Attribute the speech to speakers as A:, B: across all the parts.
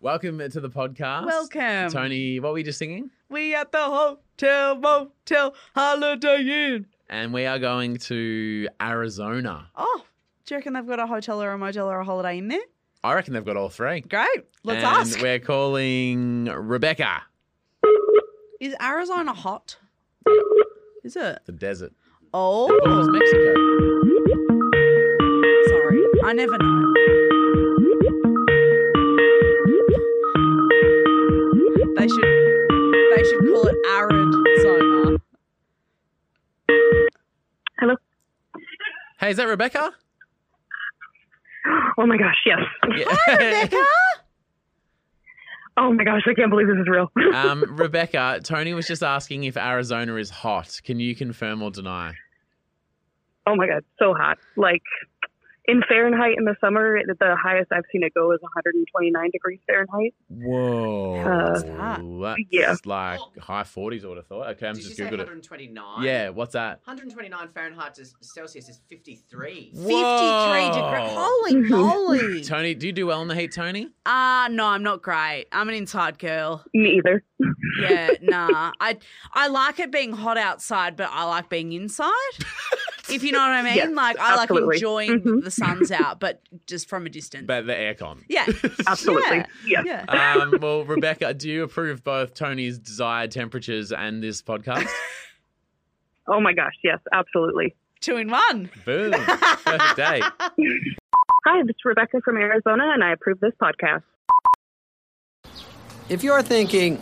A: Welcome to the podcast.
B: Welcome.
A: Tony, what were we just singing?
B: We at the hotel, motel, holiday inn.
A: And we are going to Arizona.
B: Oh, do you reckon they've got a hotel or a motel or a holiday in there?
A: I reckon they've got all three.
B: Great. Let's
A: and
B: ask.
A: We're calling Rebecca,
B: Is Arizona hot? Is it?
A: the desert. Who's
B: Oh,
A: Mexico?
B: sorry. I never know. They should they should call it Arizona.
A: Hey, is that Rebecca?
C: Oh my gosh, yes.
A: Yeah.
B: Rebecca?
C: Oh my gosh, I can't believe this is real.
A: um, Rebecca, Tony was just asking if Arizona is hot. Can you confirm or deny?
C: Oh my god, so hot. Like in Fahrenheit in the summer, it- the highest I've seen it go is 129 degrees Fahrenheit.
A: Whoa.
C: What's
B: that?
A: That's
C: Yeah.
A: like high 40s, I would have thought. Okay, I'm
D: Did
A: just
D: you say
A: Googled it.
D: 129?
A: Yeah, what's that?
D: 129 Fahrenheit to Celsius is 53.
A: Whoa.
B: 53 degrees. Holy moly.
A: Tony, do you do well in the heat, Tony?
B: Ah, no, I'm not great. I'm an inside girl.
C: Me either.
B: Yeah, nah. I I like it being hot outside, but I like being inside. If you know what I mean,
C: Yes,
B: like I like
C: absolutely.
B: enjoying
C: Mhm.
B: the sun's out, but just from a distance.
A: But the aircon.
B: yeah,
C: Absolutely. Yes.
B: yeah.
A: Um, well, Rebecca, do you approve both Tony's desired temperatures and this podcast?
C: Oh my gosh, yes, absolutely.
B: Two in one.
A: Boom. Perfect day.
C: Hi, this is Rebecca from Arizona, and I approve this podcast.
E: If you're thinking,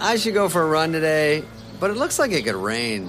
E: I should go for a run today, but it looks like it could rain,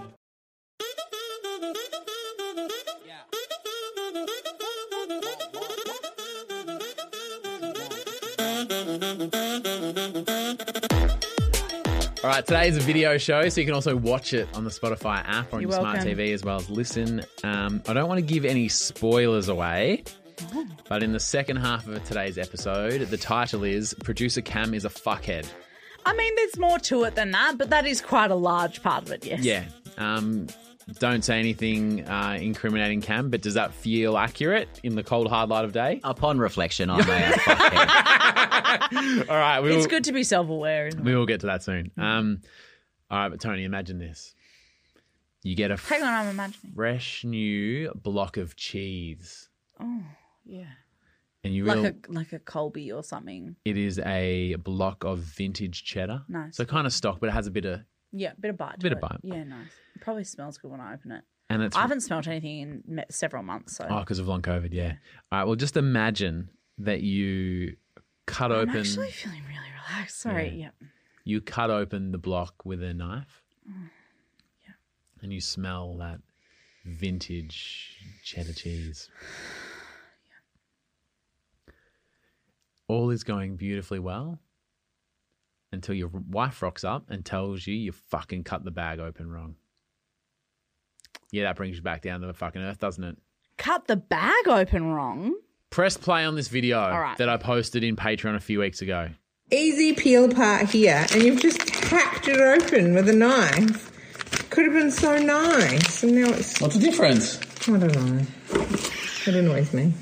A: All right, today's a video show, so you can also watch it on the Spotify app or on
B: You're
A: your smart
B: welcome.
A: TV as well as listen. Um, I don't want to give any spoilers away,
B: Oh.
A: but in the second half of today's episode, the title is Producer Cam is a Fuckhead.
B: I mean, there's more to it than that, but that is quite a large part of it. Yes.
A: Yeah. Um, don't say anything uh, incriminating, Cam, but does that feel accurate in the cold, hard light of day?
D: Upon reflection, I may have fuckhead.
A: All right, we
B: It's
A: will,
B: good to be self-aware. Isn't it?
A: we will get to that soon. Um, all right, but Tony, imagine this. You get a
B: Hang on, I'm imagining.
A: fresh new block of cheese.
B: Oh, yeah.
A: And you real,
B: Like a like a Colby or something.
A: it is a block of vintage cheddar.
B: Nice.
A: So kind of stock, but it has a bit of,
B: Yeah, bit of bite. to
A: Bit of
B: it.
A: bite.
B: Yeah, nice. It probably smells good when I open it.
A: and it's
B: I haven't smelt anything in me- several months. So
A: oh, because of long COVID. Yeah. All right. Well, just imagine that you cut
B: I'm
A: open,
B: actually feeling really relaxed. Sorry.
A: Yeah.
B: Yeah.
A: you cut open the block with a knife,
B: Mm,
A: and you smell that vintage cheddar cheese. All is going beautifully well until your wife rocks up and tells you you fucking cut the bag open wrong. Yeah, that brings you back down to the fucking earth, doesn't it?
B: Cut the bag open wrong.
A: Press play on this video
B: right.
A: that I posted in Patreon a few weeks ago.
F: easy peel part here, and you've just hacked it open with a knife. Could have been so nice, and now it's.
G: What's the difference?
F: I don't know. It annoys me.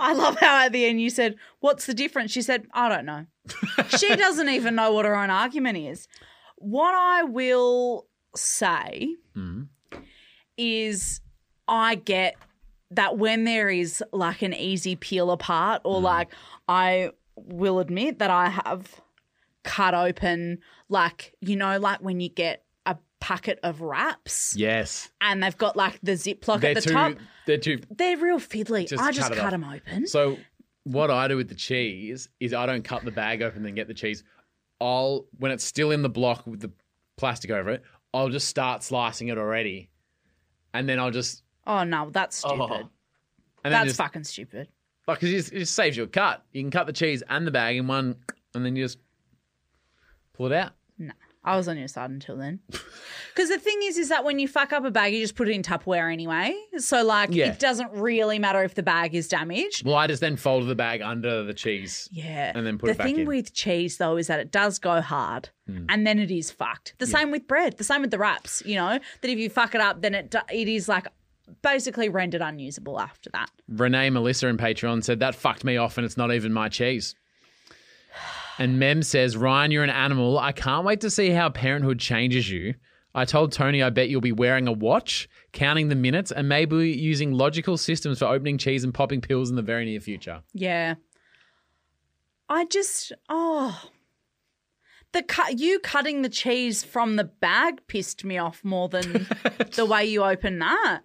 B: I love how at the end you said, What's the difference? She said, I don't know. she doesn't even know what her own argument is. What I will say
A: Mm-hmm.
B: is, I get that when there is like an easy peel apart, or
A: Mm-hmm.
B: like I will admit that I have cut open, like, you know, like when you get a packet of wraps
A: Yes.
B: and they've got like the Ziploc
A: they're
B: at the
A: too
B: top.
A: they're too
B: They're real fiddly.
A: Just
B: I
A: cut
B: just
A: it
B: cut
A: off.
B: them open.
A: So what I do with the cheese is I don't cut the bag open and then get the cheese. I'll when it's still in the block with the plastic over it, I'll just start slicing it already, and then I'll just
B: Oh no, that's stupid.
A: and then
B: that's
A: just,
B: fucking stupid.
A: Like 'cause it just, it just saves you a cut. You can cut the cheese and the bag in one, and then you just pull it out.
B: No, I was on your side until then. Because the thing is, is that when you fuck up a bag, you just put it in Tupperware anyway. So like,
A: Yeah.
B: it doesn't really matter if the bag is damaged.
A: Well, I just then folded the bag under the cheese.
B: Yeah.
A: And then put
B: the
A: it back
B: thing
A: in. Hmm.
B: with cheese though is that it does go hard, and then it is fucked. The same with bread. The same with the wraps. You know that if you fuck it up, then it do- it is like basically rendered unusable after that.
A: Renee Melissa in Patreon said that fucked me off and it's not even my cheese. And Mem says, Ryan, you're an animal. I can't wait to see how parenthood changes you. I told Tony I bet you'll be wearing a watch, counting the minutes, and maybe using logical systems for opening cheese and popping pills in the very near future.
B: Yeah. I just oh the cut you cutting the cheese from the bag pissed me off more than the way you open that.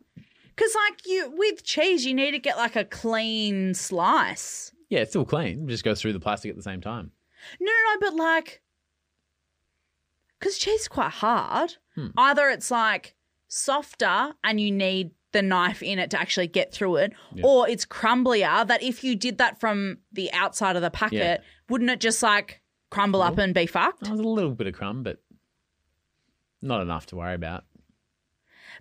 B: Cause like you with cheese you need to get like a clean slice.
A: Yeah, it's still clean. It just goes through the plastic at the same time.
B: No no no, but like cause cheese is quite hard.
A: Hmm.
B: Either it's like softer and you need the knife in it to actually get through it, or it's crumblier that if you did that from the outside of the packet,
A: Yeah.
B: wouldn't it just like crumble up and be fucked?
A: There's a little bit of crumb, but not enough to worry about.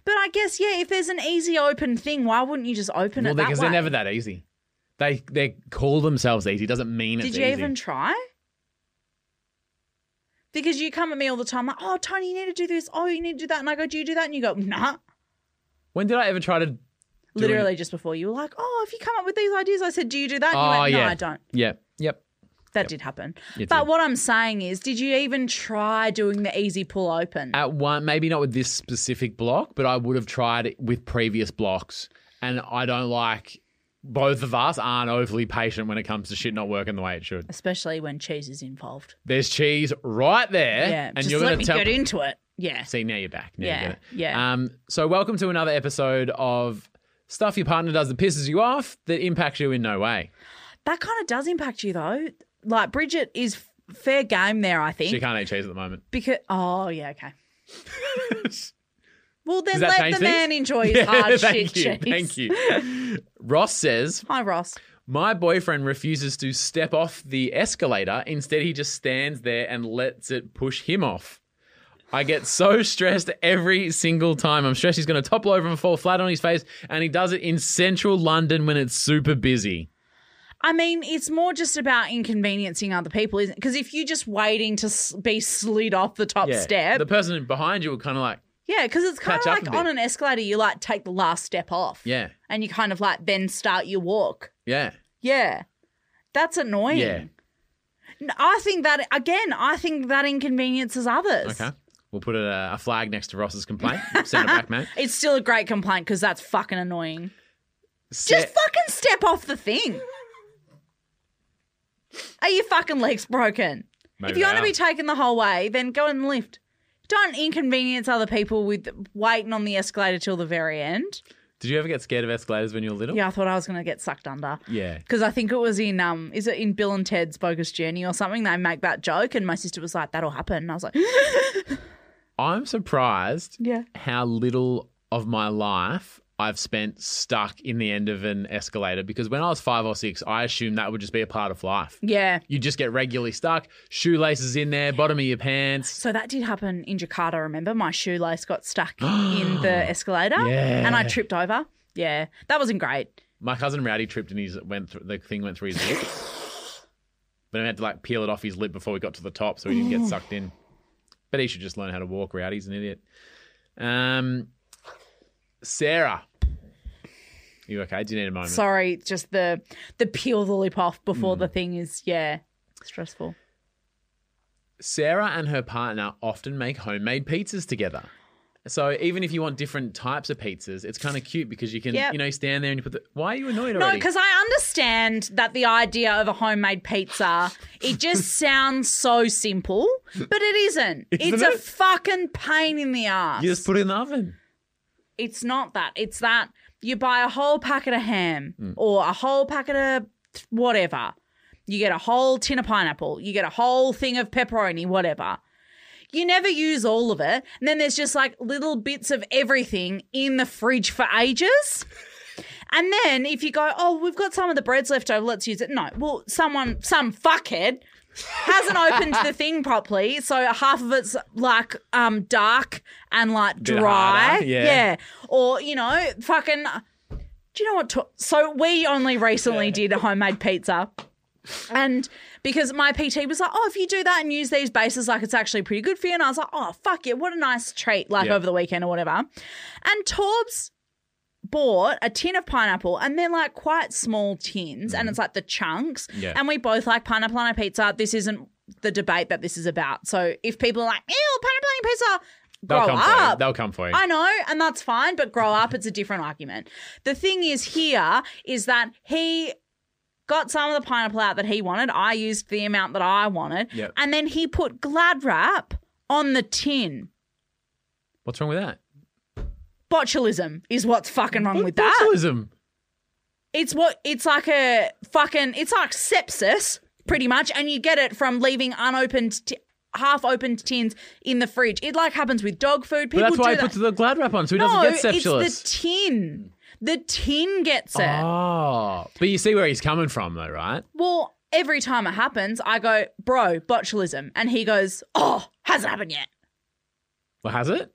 B: But I guess yeah, if there's an easy open thing, why wouldn't you just open
A: Well,
B: it that
A: because
B: way?
A: they're never that easy. They they call themselves easy. Doesn't mean
B: Did
A: it's
B: you
A: easy.
B: even try? Because you come at me all the time like, oh Tony, you need to do this. Oh, you need to do that. And I go, do you do that? And you go, nah.
A: When did I ever try to?
B: Literally just before you were like, oh, if you come up with these ideas, I said, do you do that? And you
A: Oh,
B: went, no,
A: yeah.
B: I don't.
A: Yeah. Yep.
B: That did happen.
A: It
B: but
A: did.
B: what I'm saying is, did you even try doing the easy pull open?
A: At one, maybe not with this specific block, but I would have tried it with previous blocks. And I don't like both of us aren't overly patient when it comes to shit not working the way it should.
B: Especially when cheese is involved.
A: There's cheese right there,
B: Yeah.
A: and
B: just
A: you're
B: let
A: going
B: me
A: to tell
B: get into it. Yeah.
A: See, now you're back. Now
B: Yeah,
A: You get it.
B: yeah.
A: Um, so, welcome to another episode of Stuff Your Partner Does That Pisses You Off That Impacts You in No Way.
B: That kind of does impact you though. Like Bridget is f- fair game there, I think.
A: She can't eat cheese at the moment.
B: Because oh yeah, okay. well then
A: Does that
B: let the
A: change things?
B: man enjoy his hard
A: thank
B: shit
A: you.
B: cheese.
A: Thank you. Ross says,
B: Hi Ross.
A: My boyfriend refuses to step off the escalator. Instead, he just stands there and lets it push him off. I get so stressed every single time. I'm stressed he's going to topple over and fall flat on his face. And he does it in central London when it's super busy.
B: I mean, it's more just about inconveniencing other people, isn't it? Because if you're just waiting to s- be slid off the top step,
A: The person behind you will kind of like,
B: yeah, because it's kind
A: Catch
B: of
A: up a
B: like on
A: bit.
B: an escalator, you like take the last step off,
A: yeah,
B: and you kind of like then start your walk.
A: yeah,
B: Yeah, that's annoying.
A: yeah.
B: N- I think that again. I think that inconveniences others.
A: Okay. We'll put a, a flag next to Ross's complaint. Send it back, mate.
B: It's still a great complaint because that's fucking annoying.
A: Se-
B: Just fucking step off the thing. Are your fucking legs broken?
A: Maybe
B: if you're
A: they
B: going to
A: are.
B: be taken the whole way, then go and lift. Don't inconvenience other people with waiting on the escalator till the very end.
A: Did you ever get scared of escalators when you were little?
B: Yeah, I thought I was going to get sucked under.
A: Yeah.
B: Because I think it was in um, is it in Bill and Ted's Bogus Journey or something? They make that joke, and my sister was like, "That'll happen." And I was like,
A: I'm surprised
B: "Yeah."
A: how little of my life I've spent stuck in the end of an escalator because when I was five or six, I assumed that would just be a part of life.
B: Yeah.
A: You just get regularly stuck, shoelaces in there, bottom of your pants.
B: So that did happen in Jakarta, remember? My shoelace got stuck in the escalator
A: Yeah.
B: and I tripped over. Yeah. That wasn't great.
A: My cousin Rowdy tripped and his went through the thing went through his lip. But I had to like peel it off his lip before we got to the top so he didn't get sucked in. But he should just learn how to walk, Rowdy's an idiot. Um Sarah. You okay? Do you need a moment?
B: Sorry, just the the peel the lip off before
A: Hmm.
B: the thing is yeah. Stressful.
A: Sarah and her partner often make homemade pizzas together. So even if you want different types of pizzas, it's kind of cute because you can,
B: Yep.
A: you know, stand there and you put the. Why are you annoyed
B: No,
A: already?
B: because I understand that the idea of a homemade pizza, it just sounds so simple, but it isn't. it's a
A: it?
B: fucking pain in the ass.
A: you just put it in the oven.
B: It's not that. It's that you buy a whole packet of ham
A: Mm.
B: or a whole packet of whatever. You get a whole tin of pineapple. You get a whole thing of pepperoni, whatever. You never use all of it. And then there's just like little bits of everything in the fridge for ages. And then if you go, oh, we've got some of the breads left over, let's use it. No, well, someone, some fuckhead hasn't opened the thing properly, so half of it's like um dark and like
A: Bit
B: dry.
A: harder, yeah.
B: Or, you know, fucking do you know what? To- so we only recently did a homemade pizza. And because my PT was like, oh, if you do that and use these bases, like it's actually pretty good for you. And I was like, oh, fuck it. What a nice treat, like
A: Yeah.
B: over the weekend or whatever. And Torbs bought a tin of pineapple and they're like quite small tins and it's like the chunks.
A: Mm. Yeah.
B: And we both like pineapple on a pizza. This isn't the debate that this is about. So if people are like, ew, pineapple on your pizza,
A: They'll
B: grow
A: come for you.
B: up.
A: They'll come for you.
B: I know, and that's fine, but grow up, it's a different argument. The thing is here is that he got some of the pineapple out that he wanted. I used the amount that I wanted.
A: Yep.
B: And then he put glad wrap on the tin.
A: What's wrong with that?
B: Botulism is what's fucking wrong with that.
A: Botulism.
B: It's what it's like a fucking it's like sepsis pretty much and you get it from leaving unopened t- half opened tins in the fridge. It like happens with dog food.
A: But
B: People
A: that's why
B: do
A: he
B: that.
A: puts the glad wrap on so he
B: no,
A: doesn't get
B: it's
A: septilis.
B: the tin. The tin gets it.
A: oh. But you see where he's coming from, though, right?
B: Well, every time it happens, I go, bro, botulism. And he goes, oh, hasn't happened yet.
A: Well, has it?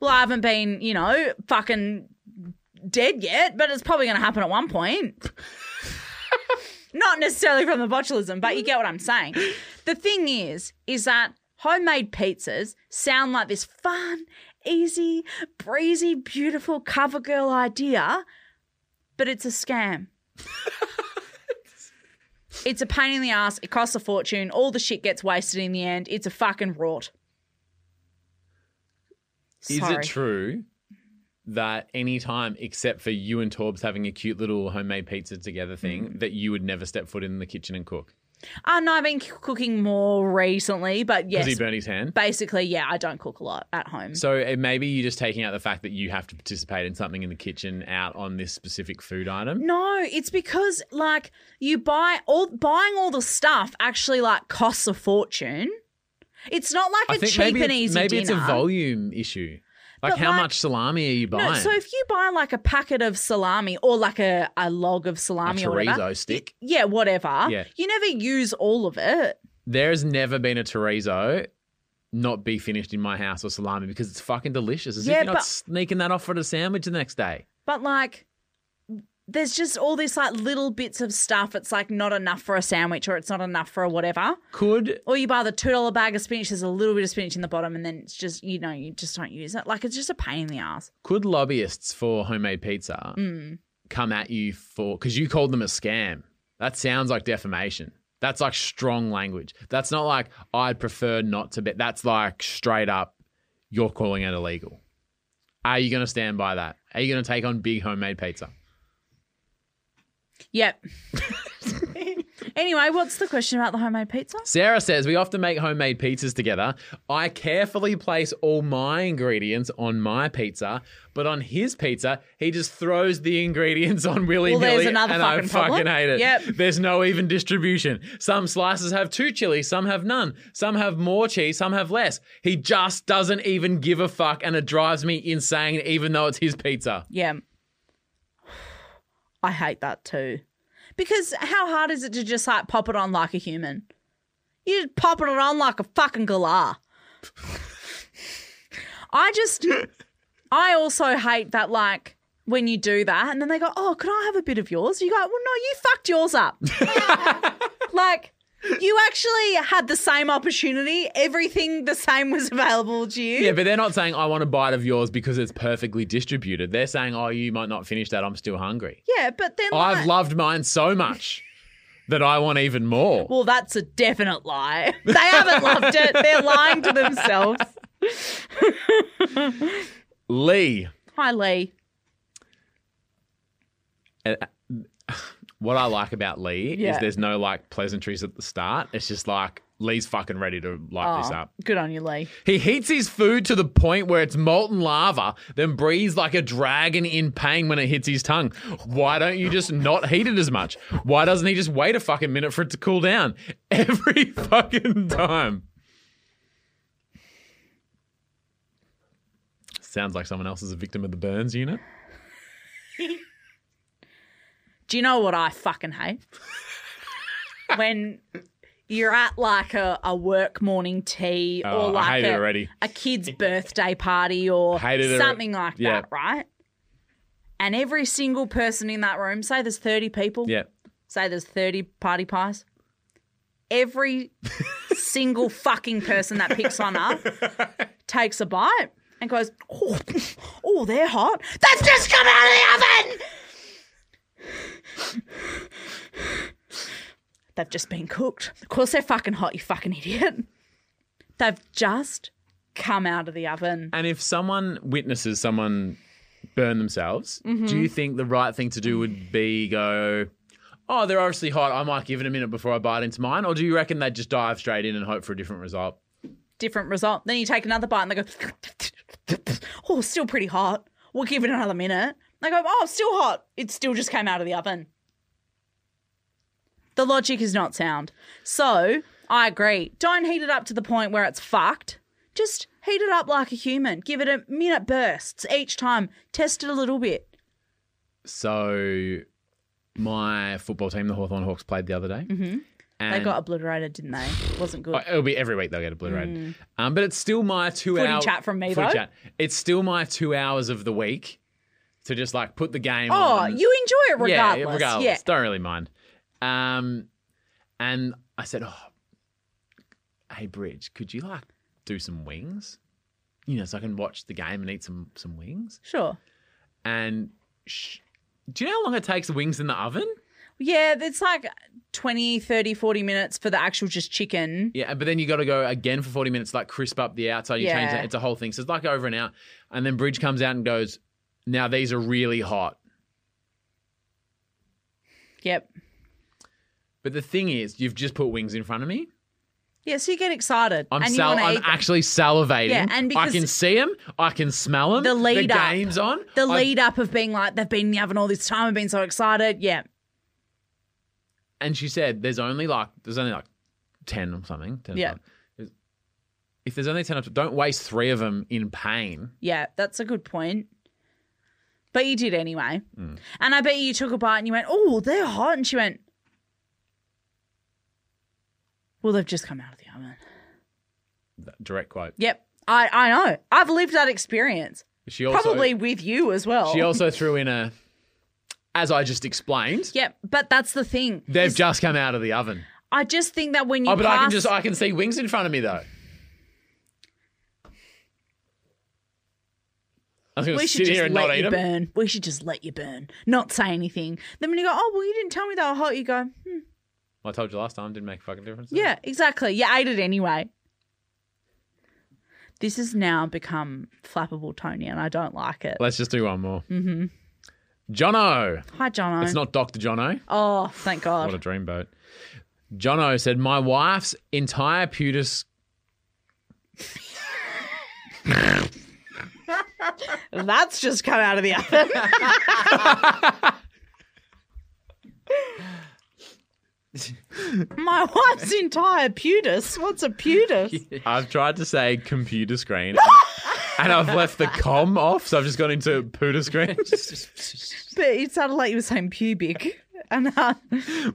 B: Well, I haven't been, you know, fucking dead yet, but it's probably going to happen at one point. Not necessarily from the botulism, but you get what I'm saying. The thing is, is that homemade pizzas sound like this fun, easy, breezy, beautiful cover girl idea, but it's a scam. it's a pain in the ass. It costs a fortune. All the shit gets wasted in the end. It's a fucking rot.
A: Is
B: Sorry.
A: it true that any time except for you and Torbs having a cute little homemade pizza together thing,
B: Mm.
A: that you would never step foot in the kitchen and cook?
B: Uh, no, I've been c- cooking more recently, but
A: Because
B: yes,
A: he burned his hand?
B: basically, yeah, I don't cook a lot at home.
A: So it maybe you're just taking out the fact that you have to participate in something in the kitchen out on this specific food item.
B: no, it's because like you buy all buying all the stuff actually like costs a fortune. It's not like a
A: I think
B: cheap
A: maybe
B: and
A: it's,
B: easy
A: maybe it's a
B: dinner.
A: volume issue. Like
B: But
A: how
B: like-
A: much salami are you buying?
B: No, so if you buy like a packet of salami or like a, a log of
A: a
B: salami or whatever,
A: chorizo stick.
B: yeah, whatever,
A: Yeah.
B: you never use all of it.
A: There has never been a chorizo not be finished in my house or salami because it's fucking delicious. As
B: Yeah,
A: if you're
B: but-
A: not sneaking that off for the sandwich the next day.
B: But like, there's just all this like little bits of stuff. It's like not enough for a sandwich, or it's not enough for a whatever.
A: Could
B: Or you buy the two dollar bag of spinach. There's a little bit of spinach in the bottom, and then it's just you know you just don't use it. Like it's just a pain in the ass.
A: could lobbyists for homemade pizza come at you for because you called them a scam? That sounds like defamation. That's like strong language. That's not like I'd prefer not to bet. That's like straight up, you're calling it illegal. Are you going to stand by that? Are you going to take on big homemade pizza?
B: Yep. anyway, what's the question about the homemade pizza?
A: Sarah says we often make homemade pizzas together. I carefully place all my ingredients on my pizza, but on his pizza, he just throws the ingredients on willy
B: Well, there's
A: nilly,
B: another
A: and I
B: fucking
A: fucking
B: problem.
A: hate it.
B: Yep.
A: There's no even distribution. Some slices have two chili, some have none. Some have more cheese, some have less. He just doesn't even give a fuck, and it drives me insane, even though it's his pizza.
B: Yeah. I hate that too. Because how hard is it to just like pop it on like a human? You're just popping it on like a fucking galah. I just, I also hate that like when you do that and then they go, oh, could I have a bit of yours? You go, well, no, you fucked yours up. like, you actually had the same opportunity. Everything the same was available to you.
A: Yeah, but they're not saying I want a bite of yours because it's perfectly distributed. They're saying, oh, you might not finish that. I'm still hungry.
B: Yeah, but then like,
A: I've loved mine so much that I want even more.
B: Well, that's a definite lie. They haven't loved it. They're lying to themselves.
A: Lee,
B: Hi, Lee.
A: uh, what I like about Lee
B: Yeah.
A: is there's no like pleasantries at the start. It's just like Lee's fucking ready to light this
B: Oh,
A: up.
B: good on you, Lee.
A: He heats his food to the point where it's molten lava, then breathes like a dragon in pain when it hits his tongue. Why don't you just not heat it as much? Why doesn't he just wait a fucking minute for it to cool down every fucking time? Sounds like someone else is a victim of the Burns unit.
B: Do you know what I fucking hate? when you're at like a, a work morning tea
A: Oh,
B: or
A: I
B: like
A: hate it
B: a,
A: already.
B: a kid's birthday party or
A: Hate it alre-
B: something like
A: Yeah.
B: that, right? And every single person in that room, say there's 30 people,
A: Yeah.
B: say there's 30 party pies. Every single fucking person that picks one up takes a bite and goes, oh, oh, they're hot. That's just come out of the oven. They've just been cooked. Of course they're fucking hot, you fucking idiot. They've just come out of the oven.
A: And if someone witnesses someone burn themselves, do you think the right thing to do would be go, oh, they're obviously hot. I might give it a minute before I bite into mine? Or do you reckon they'd just dive straight in and hope for a different result?
B: Different result. Then you take another bite and they go, oh, still pretty hot. We'll give it another minute. They go, oh, still hot. It still just came out of the oven. The logic is not sound. So I agree. Don't heat it up to the point where it's fucked. Just heat it up like a human. Give it a minute bursts each time. Test it a little bit.
A: So, my football team, the Hawthorn Hawks, played the other day. Mm-hmm. And
B: They got obliterated, didn't they? Wasn't good.
A: Oh, it'll be every week they'll get obliterated. Um, but it's still my two
B: Mm. Footy
A: hours.
B: chat from me, though.
A: It's still my two hours of the week to just like put the game
B: Oh,
A: on.
B: you enjoy it regardless.
A: um, Yeah,
B: Yeah,
A: regardless. Don't really mind. Um, and I said, oh, hey, Bridge, could you like do some wings? You know, so I can watch the game and eat some some wings.
B: Sure.
A: And sh- do you know how long it takes the wings in the oven?
B: Yeah, it's like 20, 30, 40 minutes for the actual just chicken.
A: Yeah, but then you got to go again for 40 minutes, like crisp up the outside. You change
B: Yeah.
A: that. It's a whole thing. So it's like over and out. And then Bridge comes out and goes, now these are really hot.
B: Yep.
A: But the thing is, you've just put wings in front of me.
B: Yeah, so you get excited.
A: I'm
B: and you
A: sal-
B: want to
A: I'm
B: eat.
A: actually salivating.
B: Yeah, and
A: I
B: because-
A: can see them. I can smell them.
B: The lead
A: the
B: up.
A: game's on.
B: the
A: I've-
B: lead up of being like, they've been in the oven all this time, I've been so excited. Yeah.
A: and she said, "There's only like there's only like ten or something. 10 or
B: Yeah.
A: something. If there's only ten, or 12, don't waste three of them in pain.
B: Yeah, that's a good point. But you did anyway.
A: Mm.
B: And I bet you took a bite and you went, oh, they're hot. And she went, well, they've just come out of the oven.
A: That direct quote.
B: Yep. I, I know. I've lived that experience.
A: She also
B: Probably with you as well.
A: she also threw in a, as I just explained,
B: Yep, but that's the thing.
A: they've
B: is
A: just come out of the oven.
B: I just think that when you
A: Oh, but I
B: pass,
A: can just I can see wings in front of me though. I was going
B: we
A: to
B: should
A: sit
B: just
A: here and
B: let
A: not eat
B: you
A: them.
B: burn. We should just let you burn, not say anything. Then when you go, oh well, you didn't tell me they were hot. You go, hmm,
A: I told you last time didn't make a fucking difference.
B: yeah, exactly. You ate it anyway. This has now become flappable, Tony, and I don't like it.
A: Let's just do one more. Mm-hmm. Jono.
B: Hi, Jono.
A: It's not Dr. Jono.
B: Oh, thank
A: What a
B: God.
A: dreamboat. Jono said, My wife's entire putis.
B: That's just come out of the oven. My wife's entire putis. What's a putis?
A: I've tried to say computer screen. And I've left the com off, so I've just gone into pooter screen.
B: But it sounded like you were saying pubic. And uh,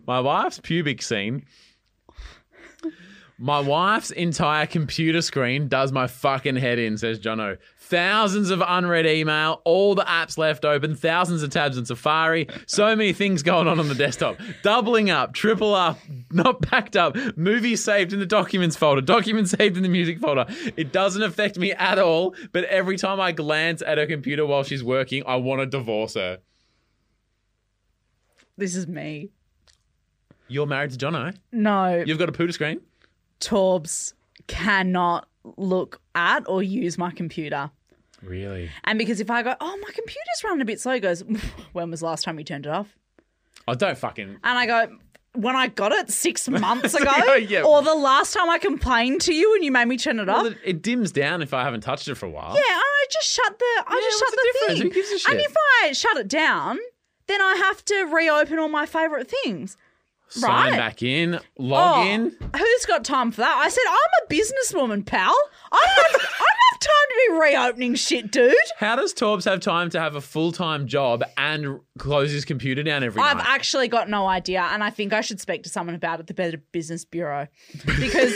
A: My wife's pubic scene. My wife's entire computer screen does my fucking head in, says Jono. Thousands of unread email, all the apps left open, thousands of tabs in Safari, so many things going on on the desktop. Doubling up, triple up, not backed up, movies saved in the documents folder, documents saved in the music folder. It doesn't affect me at all, but every time I glance at her computer while she's working, I want to divorce her.
B: this is me.
A: You're married to Jono.
B: No,
A: You've got a pooter screen.
B: Torbs cannot look at or use my computer.
A: Really?
B: And because if I go, oh, my computer's running a bit slow, he goes, when was the last time you turned it off?
A: I don't fucking.
B: And I go, when I got it six months ago,
A: Oh, yeah.
B: or the last time I complained to you and you made me turn it off.
A: Well, it, it dims down if I haven't touched it for a while.
B: Yeah, and I just shut the I
A: Yeah,
B: just shut
A: what's the
B: the,
A: difference?
B: thing.
A: Who gives a
B: And
A: shit?
B: if I shut it down, then I have to reopen all my favorite things.
A: Sign
B: right.
A: back in, log
B: Oh,
A: in.
B: Who's got time for that? I said, I'm a businesswoman, pal. I don't have, I don't have to be reopening shit, dude.
A: How does Torbs have time to have a full time job and r- close his computer down every
B: I've
A: night?
B: actually got no idea, and I think I should speak to someone about it, the Better Business Bureau, because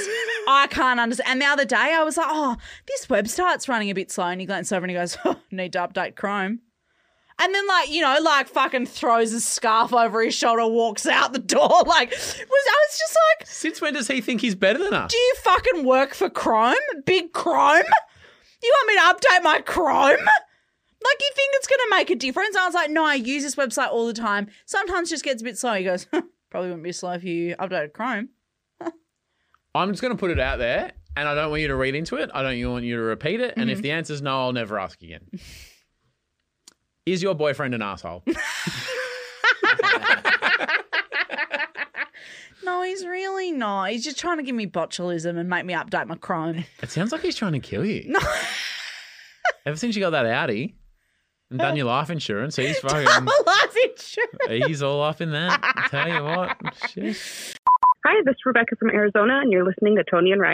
B: I can't understand. And the other day, I was like, "Oh, this website's running a bit slow," and he glanced over and he goes, oh, "Need to update Chrome." And then, like you know, like fucking throws his scarf over his shoulder, walks out the door. Like, was I was just like,
A: Since when does he think he's better than us?
B: "Do you fucking work for Chrome, Big Chrome? You want me to update my Chrome?" Like you think it's gonna make a difference? I was like, no, I use this website all the time. Sometimes it just gets a bit slow. He goes, probably wouldn't be slow if you updated Chrome.
A: I'm just going to put it out there, and I don't want you to read into it. I don't want you to repeat it.
B: Mm-hmm.
A: And if the answer's no, I'll never ask again. Is your boyfriend an asshole?
B: No, he's really not. He's just trying to give me botulism and make me update my Chrome.
A: it sounds like he's trying to kill you. No. Ever since you got that Audi and done your life insurance, he's fucking.
B: My life insurance.
A: he's all up in that. I tell you what. Shit.
C: Hi, this is Rebecca from Arizona, and you're listening to Tony and Ryan.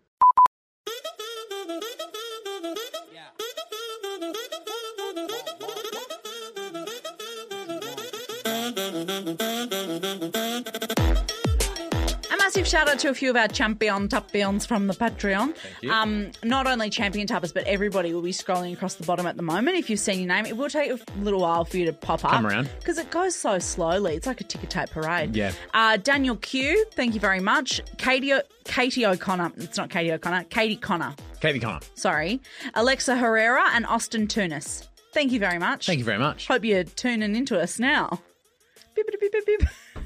B: A massive shout out to a few of our champion tapions from the Patreon. Um, not only champion tappers, but everybody will be scrolling across the bottom at the moment. If you've seen your name, it will take a little while for you to pop up.
A: Come around.
B: Because it goes so slowly. It's like a ticker tape parade.
A: Yeah.
B: Uh, Daniel Q, thank you very much. Katie, o- Katie O'Connor. It's not Katie O'Connor. Katie Connor.
A: Katie Connor.
B: Sorry. Alexa Herrera and Austin Tunis. Thank you very much.
A: Thank you very much.
B: Hope you're tuning into us now. Beep, beep, beep, beep, beep.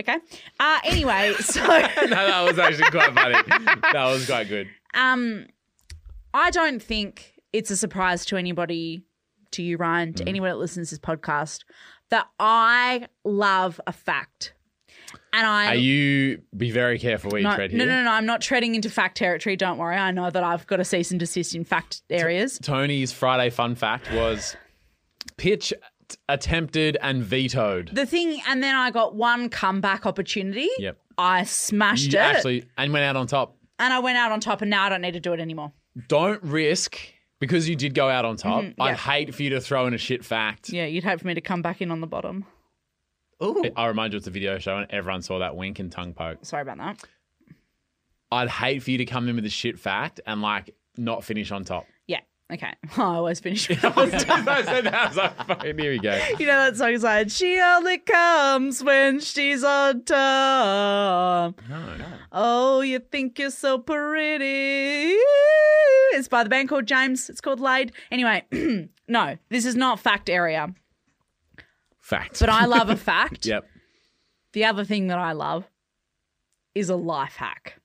B: Okay. Uh, anyway, so
A: no, that was actually quite funny. That was quite good.
B: um, I don't think it's a surprise to anybody, to you, Ryan,
A: Mm.
B: to anyone that listens to this podcast, that I love a fact. And I
A: Are you be very careful where you
B: no,
A: tread
B: no,
A: here?
B: no, no, I'm not treading into fact territory. Don't worry. I know that I've got to cease and desist in fact areas.
A: Tony's Friday fun fact was pitch t- attempted and vetoed.
B: The thing, and then I got one comeback opportunity.
A: Yep.
B: I smashed
A: You
B: it,
A: actually and went out on top.
B: and I went out on top. And now I don't need to do it anymore.
A: Don't risk because you did go out on top.
B: yeah.
A: I'd hate for you to throw in a shit fact.
B: Yeah, you'd hope for me to come back in on the bottom.
A: I remind you it's a video show and everyone saw that wink and tongue poke.
B: Sorry about that.
A: I'd hate for you to come in with a shit fact and like not finish on top.
B: Yeah. Okay. I always finish. with-
A: I said that. I was like, fucking, here we go.
B: you know that song is like she only comes when she's on top.
A: No, no.
B: Oh, you think you're so pretty. It's by the band called James. It's called Laid. Anyway, no, this is not fact area,
A: Fact.
B: but I love a fact.
A: Yep.
B: The other thing that I love is a life hack.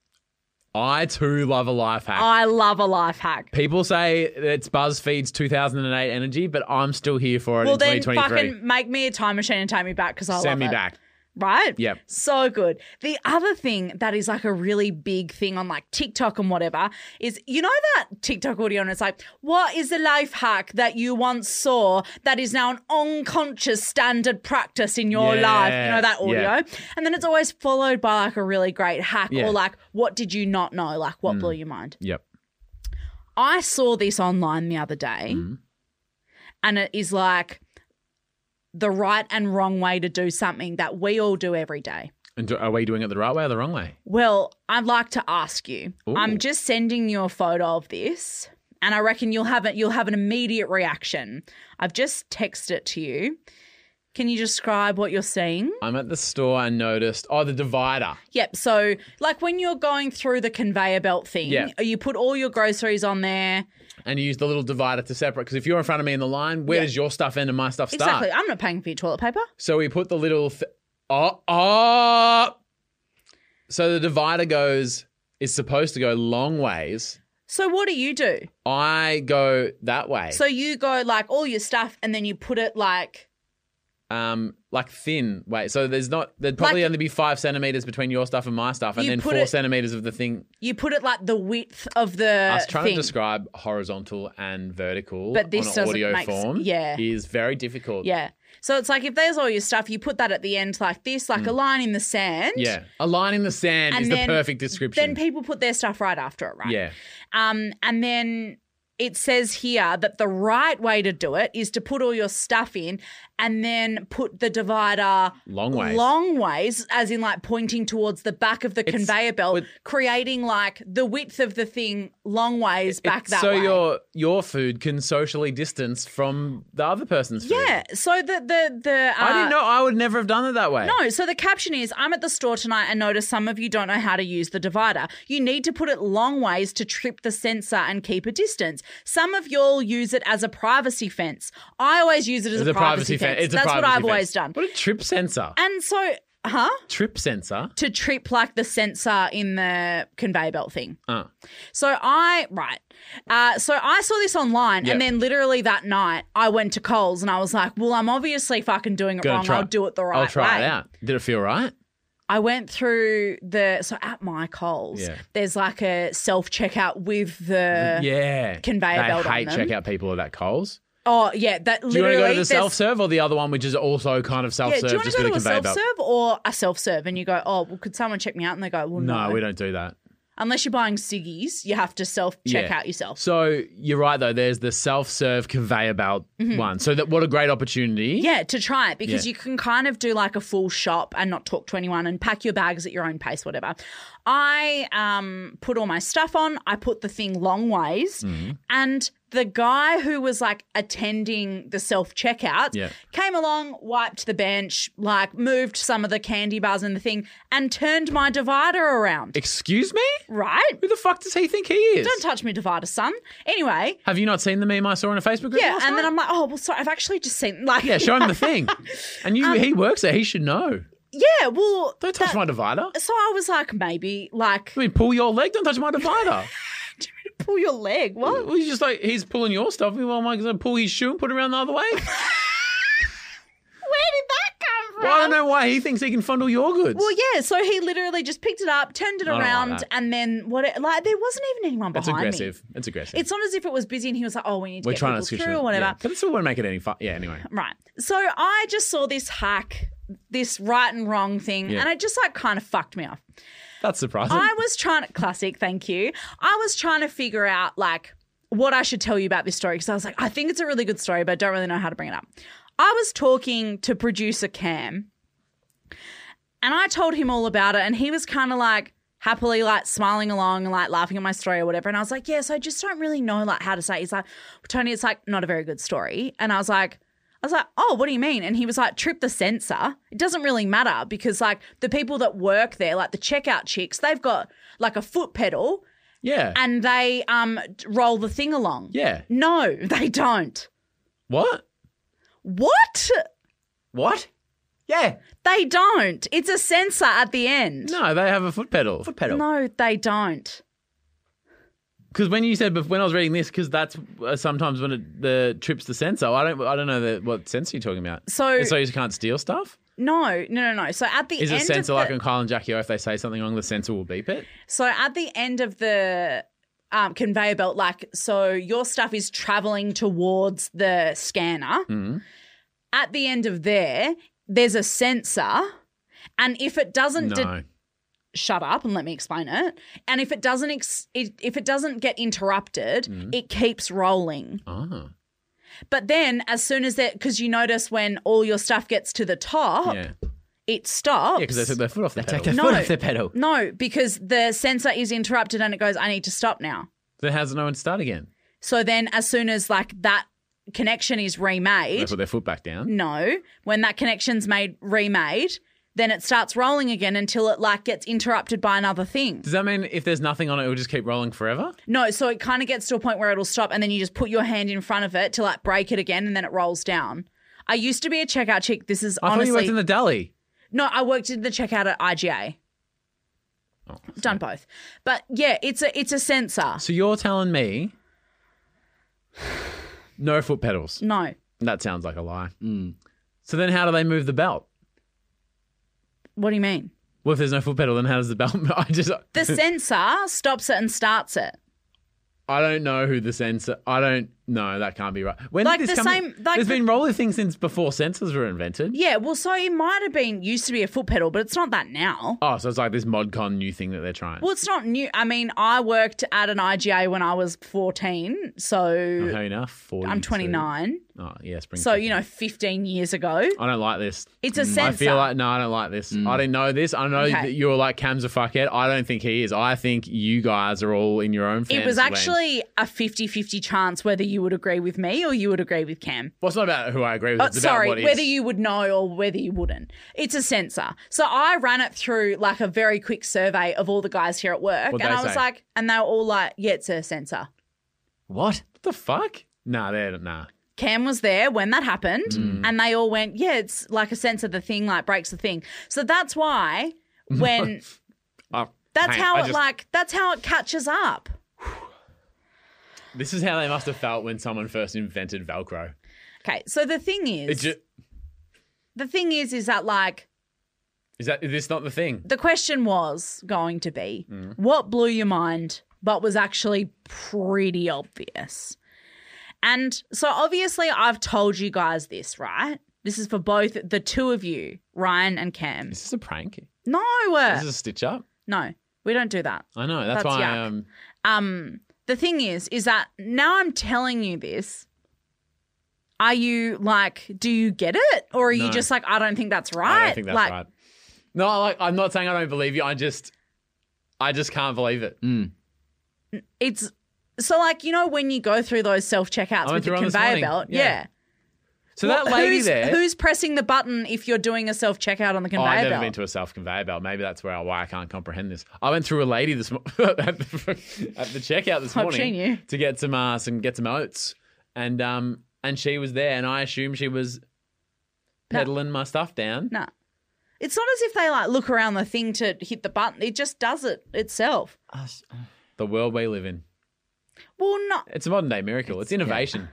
A: I too love a life hack.
B: I love a life hack.
A: People say it's BuzzFeed's 2008 energy, but I'm still here for it
B: Well,
A: in
B: then
A: 2023.
B: fucking make me a time machine and take me back because I love
A: Send me
B: it.
A: back.
B: Right?
A: Yep.
B: So good. The other thing that is like a really big thing on like TikTok and whatever is you know that TikTok audio and it's like, what is the life hack that you once saw that is now an unconscious standard practice in your
A: Yeah.
B: life? You know that audio?
A: Yeah.
B: And then it's always followed by like a really great hack
A: Yeah. Mm.
B: or like, what did you not know? Like, what blew your mind?
A: Yep.
B: I saw this online the other day,
A: Mm-hmm.
B: and it is like the right and wrong way to do something that we all do every day.
A: And do, are we doing it the right way or the wrong way?
B: Well, I'd like to ask you.
A: Ooh.
B: I'm just sending you a photo of this, and I reckon you'll have it. You'll have an immediate reaction. I've just texted it to you. Can you describe what you're seeing?
A: I'm at the store and noticed, oh, the divider.
B: Yep. So, like when you're going through the conveyor belt thing,
A: Yeah.
B: you put all your groceries on there.
A: And you use the little divider to separate. Because if you're in front of me in the line, where does your stuff end and my stuff start?
B: Exactly. I'm not paying for your toilet paper.
A: So we put the little. Th- oh, oh. So the divider goes, is supposed to go long ways
B: So what do you do?
A: I go that way.
B: So you go like all your stuff and then you put it like
A: um, like thin way. So there's not there'd probably
B: Like-
A: only be five centimeters between your stuff and my stuff, and
B: You
A: then
B: put
A: four
B: it-
A: centimeters of the thing.
B: you put it like the width of the
A: Us trying
B: thing.
A: to describe horizontal and vertical
B: But this
A: on an
B: doesn't
A: audio
B: make s-
A: form
B: yeah.
A: is very difficult.
B: Yeah. So it's like if there's all your stuff, you put that at the end like this, like a line in the sand.
A: Mm. Yeah. A line in the sand
B: And
A: is
B: then-
A: the perfect
B: Then
A: description.
B: people put their stuff right after it, right?
A: yeah.
B: Um, and then it says here that the right way to do it is to put all your stuff in and then put the divider
A: Long ways.
B: long ways, as in like pointing towards the back of the conveyor belt,
A: with-
B: creating like the width of the thing long ways back
A: It-
B: that
A: so
B: way.
A: your your food can socially distance from the other person's food.
B: yeah. So the the the uh,
A: I didn't know. I would never have done it that way.
B: No, so the caption is I'm at the store tonight and notice some of you don't know how to use the divider. You need to put it long ways to trip the sensor and keep a distance. Some of y'all use it as a privacy fence. I always use it as
A: It's
B: a, privacy,
A: fan-
B: fence.
A: It's a
B: That's what
A: privacy
B: I've
A: fence.
B: always done.
A: What a trip sensor.
B: And so, huh?
A: Trip sensor.
B: To trip like the sensor in the conveyor belt thing.
A: Uh.
B: So I right. Uh, so I saw this online,
A: Yep.
B: and then literally that night I went to Coles and I was like, "Well, I'm obviously fucking doing it
A: Gonna
B: wrong.
A: try-
B: I'll do it the right
A: I'll try
B: way."
A: it out. Did it feel right?
B: I went through the so at my Coles,
A: Yeah. Mm-hmm.
B: there's like a self checkout with the
A: yeah.
B: conveyor
A: they
B: belt on
A: hate
B: them.
A: checkout people at that Coles.
B: oh yeah that
A: Do you want
B: literally
A: to go to the
B: there's-
A: self serve or the other one, which is also kind of self
B: yeah do
A: serve,
B: you want
A: just
B: to go
A: with
B: to
A: a
B: a
A: conveyor
B: self
A: belt?
B: serve or a self serve and you go oh well could someone check me out and they go well
A: No,
B: no,
A: we don't do that.
B: unless you're buying ciggies you have to self check
A: Yeah.
B: out yourself
A: So you're right though. There's the self serve conveyor belt one. So that what a great opportunity.
B: Mm-hmm. yeah to try it because
A: Yeah.
B: you can kind of do like a full shop and not talk to anyone and pack your bags at your own pace whatever I um put all my stuff on I put the thing long ways
A: Mm-hmm.
B: And the guy who was like attending the self checkout
A: Yeah.
B: came along, wiped the bench, like moved some of the candy bars and the thing, and turned my divider around.
A: Excuse me.
B: right?
A: Who the fuck does he think he is?
B: Don't touch me, divider, son. Anyway,
A: Have you not seen the meme I saw on a Facebook group?
B: yeah.
A: last
B: And then
A: night?
B: I'm like, oh well, sorry, I've actually just seen like
A: yeah, show him the thing. And you, he works there. He should know.
B: yeah. Well,
A: Don't touch
B: Um, that-
A: my divider. I
B: So I was like, maybe like
A: mean, pull your leg. Don't touch my divider.
B: pull your leg. What?
A: Well, he's just like he's pulling your stuff. Well, am I going to pull his shoe and put it around the other way?
B: Where did that come from?
A: Well, I don't know why he thinks he can funnel your goods.
B: Well, yeah. So he literally just picked it up, turned it
A: I don't like
B: around,
A: that.
B: and then what? It, like there wasn't even anyone
A: That's
B: behind me.
A: aggressive. It's aggressive.
B: It's not as if it was busy and he was like, oh, we need to
A: We're
B: get
A: trying to
B: people
A: switch
B: through
A: it.
B: or whatever.
A: Yeah. But it still wouldn't make it any fun. Yeah. Anyway.
B: Right. So I just saw this hack, this right and wrong thing,
A: Yeah.
B: and it just like kind of fucked me off.
A: That's surprising.
B: I was trying to, classic, thank you. I was trying to figure out like what I should tell you about this story because I was like, I think it's a really good story, but I don't really know how to bring it up. I was talking to producer Cam and I told him all about it, and he was kind of like happily like smiling along and like laughing at my story or whatever. And I was like, yeah, so I just don't really know like how to say. It. He's like, Tony, it's like not a very good story. And I was like, I was like, oh, what do you mean? And he was like, trip the sensor. It doesn't really matter because like the people that work there, like the checkout chicks, they've got like a foot pedal
A: yeah.
B: and they um roll the thing along.
A: yeah.
B: No, they don't.
A: What?
B: What?
A: What? Yeah.
B: They don't. It's a sensor at the end.
A: No, they have a foot pedal. Foot pedal.
B: No, they don't.
A: Because when you said bef- when I was reading this, because that's uh, sometimes when it the trips the sensor. I don't. I don't know the, what sensor you're talking about.
B: So-
A: so you just can't steal stuff.
B: No, no, no, no. So at the
A: Is
B: end
A: it sensor
B: of
A: like
B: the,
A: on Kyle and Jackie O? If they say something wrong, the sensor will beep it.
B: so at the end of the um, conveyor belt, like so your stuff is traveling towards the scanner.
A: Hmm.
B: At the end of there, there's a sensor, and if it doesn't
A: No.
B: de- shut up and let me explain it, and if it doesn't ex- it, if it doesn't get interrupted,
A: Mm.
B: it keeps rolling.
A: Ah.
B: But then as soon as that, because you notice when all your stuff gets to the top,
A: Yeah.
B: it stops.
A: Yeah, because they took their foot off the pedal.
B: No. foot off the pedal. No, because the sensor is interrupted and it goes, I need to stop now.
A: Then how does no one start again?
B: So then, as soon as like that connection is
A: They
B: remade,
A: put their foot back down.
B: no, when that connection's made remade, then it starts rolling again until it like gets interrupted by another thing.
A: Does that mean if there's nothing on it, it will just keep rolling forever?
B: No, so it kind of gets to a point where it'll stop and then you just put your hand in front of it to like break it again and then it rolls down. I used to be a checkout chick. This is
A: I thought you
B: honestly
A: worked in the deli. Oh,
B: no. I worked in the checkout at IGA. done both. But yeah, it's a it's a sensor.
A: So you're telling me no foot pedals.
B: No.
A: That sounds like a lie. So then how do they move the belt?
B: What do you mean?
A: Well, if there's no foot pedal, then how does the belt? I just,
B: The sensor stops it and starts it.
A: I don't know who the sensor. I don't. No, that can't be right. When
B: Like
A: did this
B: the
A: come-
B: same- like
A: there's
B: the-
A: been roller things since before sensors were invented.
B: Yeah, well, so it might have been used to be a foot pedal, but it's not that now.
A: Oh, so it's like this modcon new thing that they're trying.
B: Well, it's not new. I mean, I worked at an IGA when I was 14,
A: Oh,
B: so
A: fair enough. 42.
B: I'm 29.
A: Oh, yeah, spring.
B: So,
A: chicken.
B: you know, 15 years ago.
A: I don't like this. Mm.
B: It's a
A: I
B: sensor.
A: feel like no, I don't like this. I didn't know this. I know
B: Okay.
A: that you're like Cam's a fuckhead. I don't think he is. I think you guys are all in your own.
B: It
A: fantasy
B: was
A: land.
B: actually a 50 50 chance whether you would agree with me or you would agree with Cam.
A: Well, it's not about who I agree with.
B: Oh,
A: it's
B: sorry,
A: about what is.
B: whether you would know or whether you wouldn't. It's a sensor. So I ran it through like a very quick survey of all the guys here at work.
A: What'd
B: and
A: they
B: I was
A: say?
B: like, and they were all like, yeah, it's a sensor.
A: what? the fuck? Nah, they're nah.
B: Cam was there when that happened,
A: Mm.
B: and they all went, "Yeah, it's like a sense of the thing, like breaks the thing." So that's why when
A: Oh,
B: that's
A: hang on,
B: how
A: I
B: it
A: just-
B: like that's how it catches up.
A: This is how they must have felt when someone first invented Velcro.
B: Okay, so the thing is,
A: It ju-
B: the thing is, is that like
A: is that is this not the thing?
B: the question was going to be what blew your mind, but was actually pretty obvious. And so obviously, I've told you guys this, right? This is for both the two of you, Ryan and Cam.
A: Is this a prank?
B: No,
A: Is this a stitch up?
B: no, we don't do that.
A: I know. That's,
B: That's
A: why
B: yuck.
A: um,
B: Um, the thing is, is that now I'm telling you this. Are you like, do you get it, or are
A: No.
B: you just like, I don't think that's right?
A: I don't think that's
B: like,
A: right. No, like I'm not saying I don't believe you. I just, I just can't believe it.
B: It's so like you know when you go through those self
A: I
B: checkouts
A: went
B: with the
A: through one this
B: conveyor
A: morning.
B: belt,
A: Yeah.
B: yeah.
A: So
B: What-
A: that lady
B: who's,
A: there.
B: who's pressing the button if you're doing a self checkout on the
A: Oh,
B: conveyor
A: I've never
B: belt?
A: been to a self conveyor belt. Maybe that's where I, why I can't comprehend this. I went through a lady this mo- at, the, at the checkout this
B: Hope she
A: morning
B: knew.
A: to get some uh, some get some oats, and um and she was there, and I assume she was
B: No.
A: peddling my stuff down.
B: Nah. It's not as if they like look around the thing to hit the button. It just does it itself.
A: The world we live in.
B: Well, not
A: It's a modern day miracle. It's, innovation.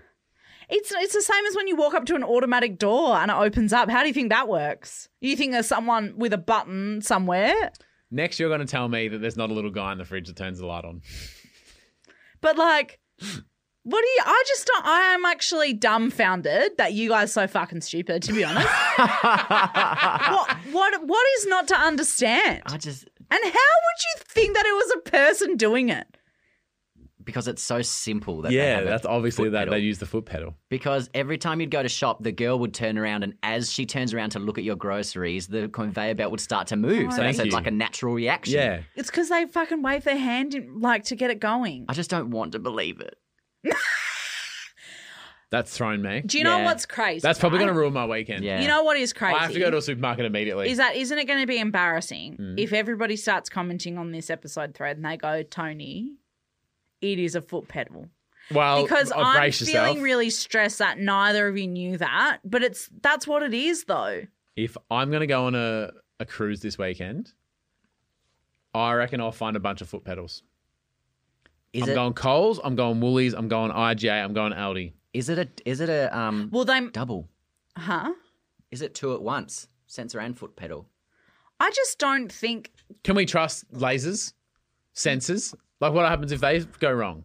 B: It's it's the same as when you walk up to an automatic door and it opens up. How do you think that works? You think there's someone with a button somewhere,
A: Next, you're going to tell me that there's not a little guy in the fridge that turns the light on.
B: but like, what do you? I just don't. I am actually dumbfounded that you guys are so fucking stupid. To be honest, what what what is not to understand?
D: I just
B: And how would you think that it was a person doing it?
D: because it's so simple that they
A: yeah,
D: have a
A: that's obviously
D: foot
A: that
D: pedal.
A: they use the foot pedal.
H: Because every time you'd go to shop, the girl would turn around, and as she turns around to look at your groceries, the conveyor belt would start to move. so
A: Thank
H: that's a,
A: you.
H: like a natural reaction.
A: Yeah,
B: It's because they fucking wave their hand in, like to get it going.
H: I just don't want to believe it.
A: that's thrown me.
B: Do you know
H: Yeah.
B: what's crazy?
A: That's probably
B: right?
A: going to ruin my weekend.
H: Yeah.
B: You know what is crazy?
A: I have to Mm-hmm. go to a supermarket immediately.
B: Is that isn't it going to be embarrassing if everybody starts commenting on this episode thread and they go, Tony, it is a foot pedal
A: well,
B: because
A: uh,
B: I'm
A: brace yourself.
B: feeling really stressed that neither of you knew that, but it's that's what it is though.
A: if I'm going to go on a, a cruise this weekend, I reckon I'll find a bunch of foot pedals.
H: Is
A: I'm
H: it?
A: going Coles, I'm going Woolies, I'm going IGA, I'm going Aldi.
H: Is it a? Is it a um
B: Well, they
H: double?
B: huh?
H: Is it two at once? Sensor and foot pedal.
B: I just don't think
A: Can we trust lasers, sensors? Like, what happens if they go wrong?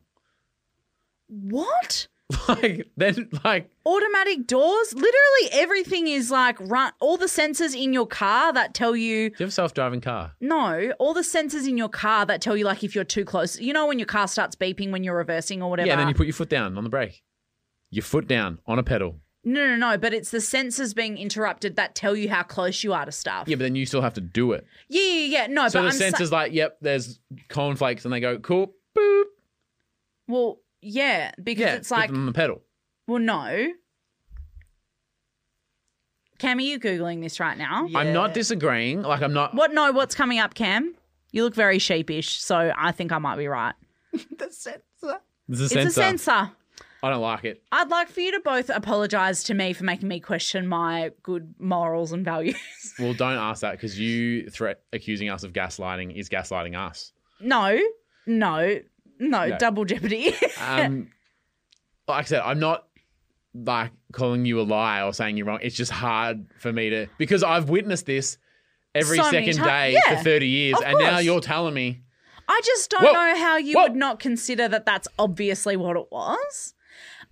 B: what
A: Like, then, like,
B: automatic doors. Literally everything is like run. All the sensors in your car that tell you
A: do you have a self driving car?
B: No, all the sensors in your car that tell you like if you're too close. You know when your car starts beeping when you're reversing or whatever.
A: Yeah, and then you put your foot down on the brake. Your foot down on a pedal.
B: no, no, no. But it's the sensors being interrupted that tell you how close you are to stuff.
A: Yeah, but then you still have to do it.
B: yeah, yeah, yeah. No,
A: So
B: but
A: the
B: I'm sa-
A: sensor's like, yep, there's cornflakes, and they go, cool, boop.
B: well, yeah, because
A: Yeah,
B: it's
A: put
B: like,
A: them on the pedal.
B: well, no. Cam, are you googling this right now?
A: I'm not disagreeing. Like, I'm not.
B: What? No, what's coming up, Cam? You look very sheepish, so I think I might be right.
A: This is
B: It's a sensor.
A: I don't like it.
B: I'd like for you to both apologize to me for making me question my good morals and values.
A: Well, don't ask that because you threat accusing us of gaslighting is gaslighting us.
B: No, no, no,
A: No.
B: double jeopardy.
A: Um, like I said, I'm not like calling you a lie or saying you're wrong. It's just hard for me to because I've witnessed this every
B: So many
A: second
B: ti-
A: day
B: yeah.
A: for 30 years,
B: Of
A: and now
B: course.
A: you're telling me
B: I just don't
A: Whoa.
B: know how you
A: Whoa.
B: would not consider that that's obviously what it was.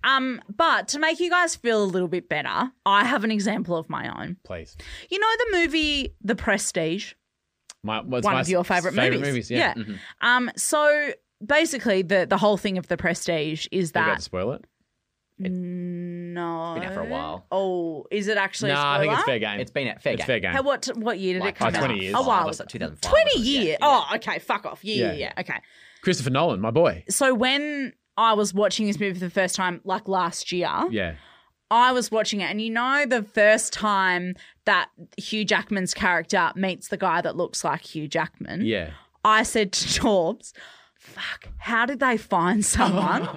B: Um, but to make you guys feel a little bit better, I have an example of my own.
A: Please.
B: You know the movie The Prestige?
A: My, what's
B: one
A: my
B: of your favorite,
A: favorite
B: movies.
A: Yeah. Mhm.
B: Um, so basically, the the whole thing of the Prestige is
A: Are we about
B: that
A: to spoil it?
B: no,
H: Been out for a while.
B: Oh, is it actually? a
A: Nah, I think it's
B: spoiler?
A: fair game.
H: It's been at fair
A: It's
H: game.
A: fair game.
B: How, what what year did it
H: Like,
B: come
A: oh, 20
B: out?
A: years.
B: A while.
H: What's that, 2005?
B: Twenty
H: wasn't it? Yeah.
B: year. Oh, okay. Fuck off. Yeah, yeah,
A: Yeah.
B: yeah. Okay.
A: Christopher Nolan, my boy.
B: So when I was watching this movie for the first time, like last year,
A: Yeah.
B: I was watching it, and you know, the first time that Hugh Jackman's character meets the guy that looks like Hugh Jackman,
A: Yeah.
B: I said to Torbs, fuck, how did they find someone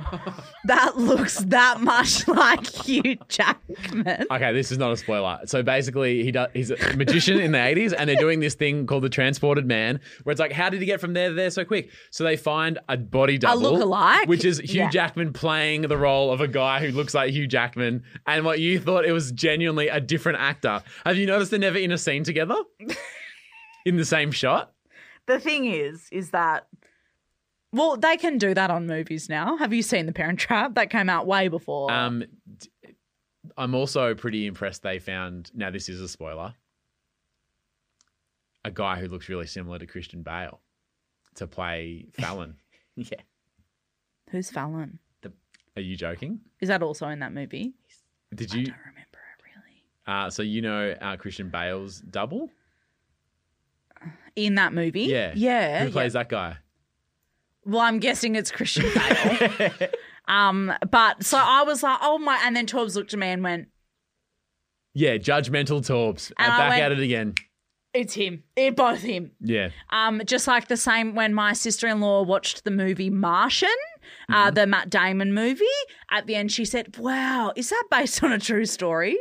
B: that looks that much like Hugh Jackman?
A: Okay, this is not a spoiler. So basically, he does, he's a magician in the 80s, and they're doing this thing called the transported man, where it's like, how did he get from there to there so quick? So they find a body double.
B: look-alike?
A: Which is Hugh
B: Yeah.
A: Jackman playing the role of a guy who looks like Hugh Jackman, and what you thought it was genuinely a different actor. Have you noticed they're never in a scene together? in the same shot?
B: The thing is, is that. Well, they can do that on movies now. Have you seen The Parent Trap? That came out way before.
A: Um, d- I'm also pretty impressed they found, now this is a spoiler, a guy who looks really similar to Christian Bale to play Fallon.
H: Yeah.
B: Who's Fallon?
A: Are you joking?
B: Is that also in that movie?
A: Did you?
B: I don't remember it really.
A: Uh, so you know uh, Christian Bale's double?
B: In that movie?
A: Yeah.
B: Yeah.
A: Who plays that guy?
B: Well, I'm guessing it's Christian Bale. um, but so I was like, oh my. And then Torbs looked at me and went,
A: Yeah, judgmental Torbs. Uh,
B: And I
A: back
B: went-
A: at it again.
B: it's him. It both him.
A: Yeah.
B: Um, just like the same when my sister in law watched the movie Martian,
A: Mm-hmm.
B: uh, the Matt Damon movie. At the end, she said, Wow, is that based on a true story?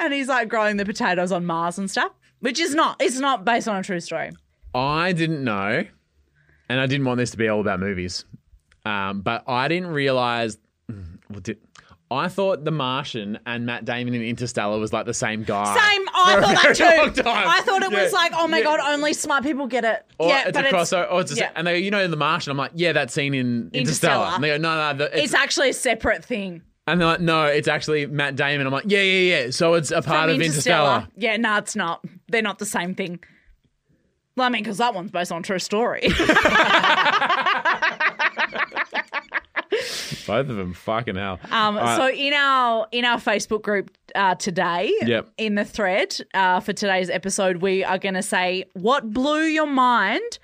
B: and he's like growing the potatoes on Mars and stuff, which is not, it's not based on a true story.
A: I didn't know, and I didn't want this to be all about movies, um, but I didn't realize. mm, Well, did, I thought The Martian and Matt Damon in Interstellar was like the same guy.
B: Same, I
A: For a Ah.
B: thought that
A: very long
B: too.
A: time.
B: I thought it
A: Yeah.
B: was like, Oh my
A: Yeah.
B: God, only smart people get it.
A: Or
B: yeah,
A: it's
B: but
A: a crossover. Or it's a,
B: yeah.
A: And they go, you know, in The Martian. I'm like, yeah, that scene in Interstellar.
B: Interstellar.
A: And they go, no, no, the, it's,
B: it's actually a separate thing.
A: and they're like, no, it's actually Matt Damon. I'm like, yeah, yeah, yeah. So it's a part
B: from
A: of Interstellar.
B: Yeah, no, it's not. They're not the same thing. Well, I mean, because that one's based on a true story.
A: Both of them, fucking hell.
B: Um,
A: All right.
B: So in our in our Facebook group uh, today,
A: Yep.
B: in the thread uh, for today's episode, we are going to say what blew your mind,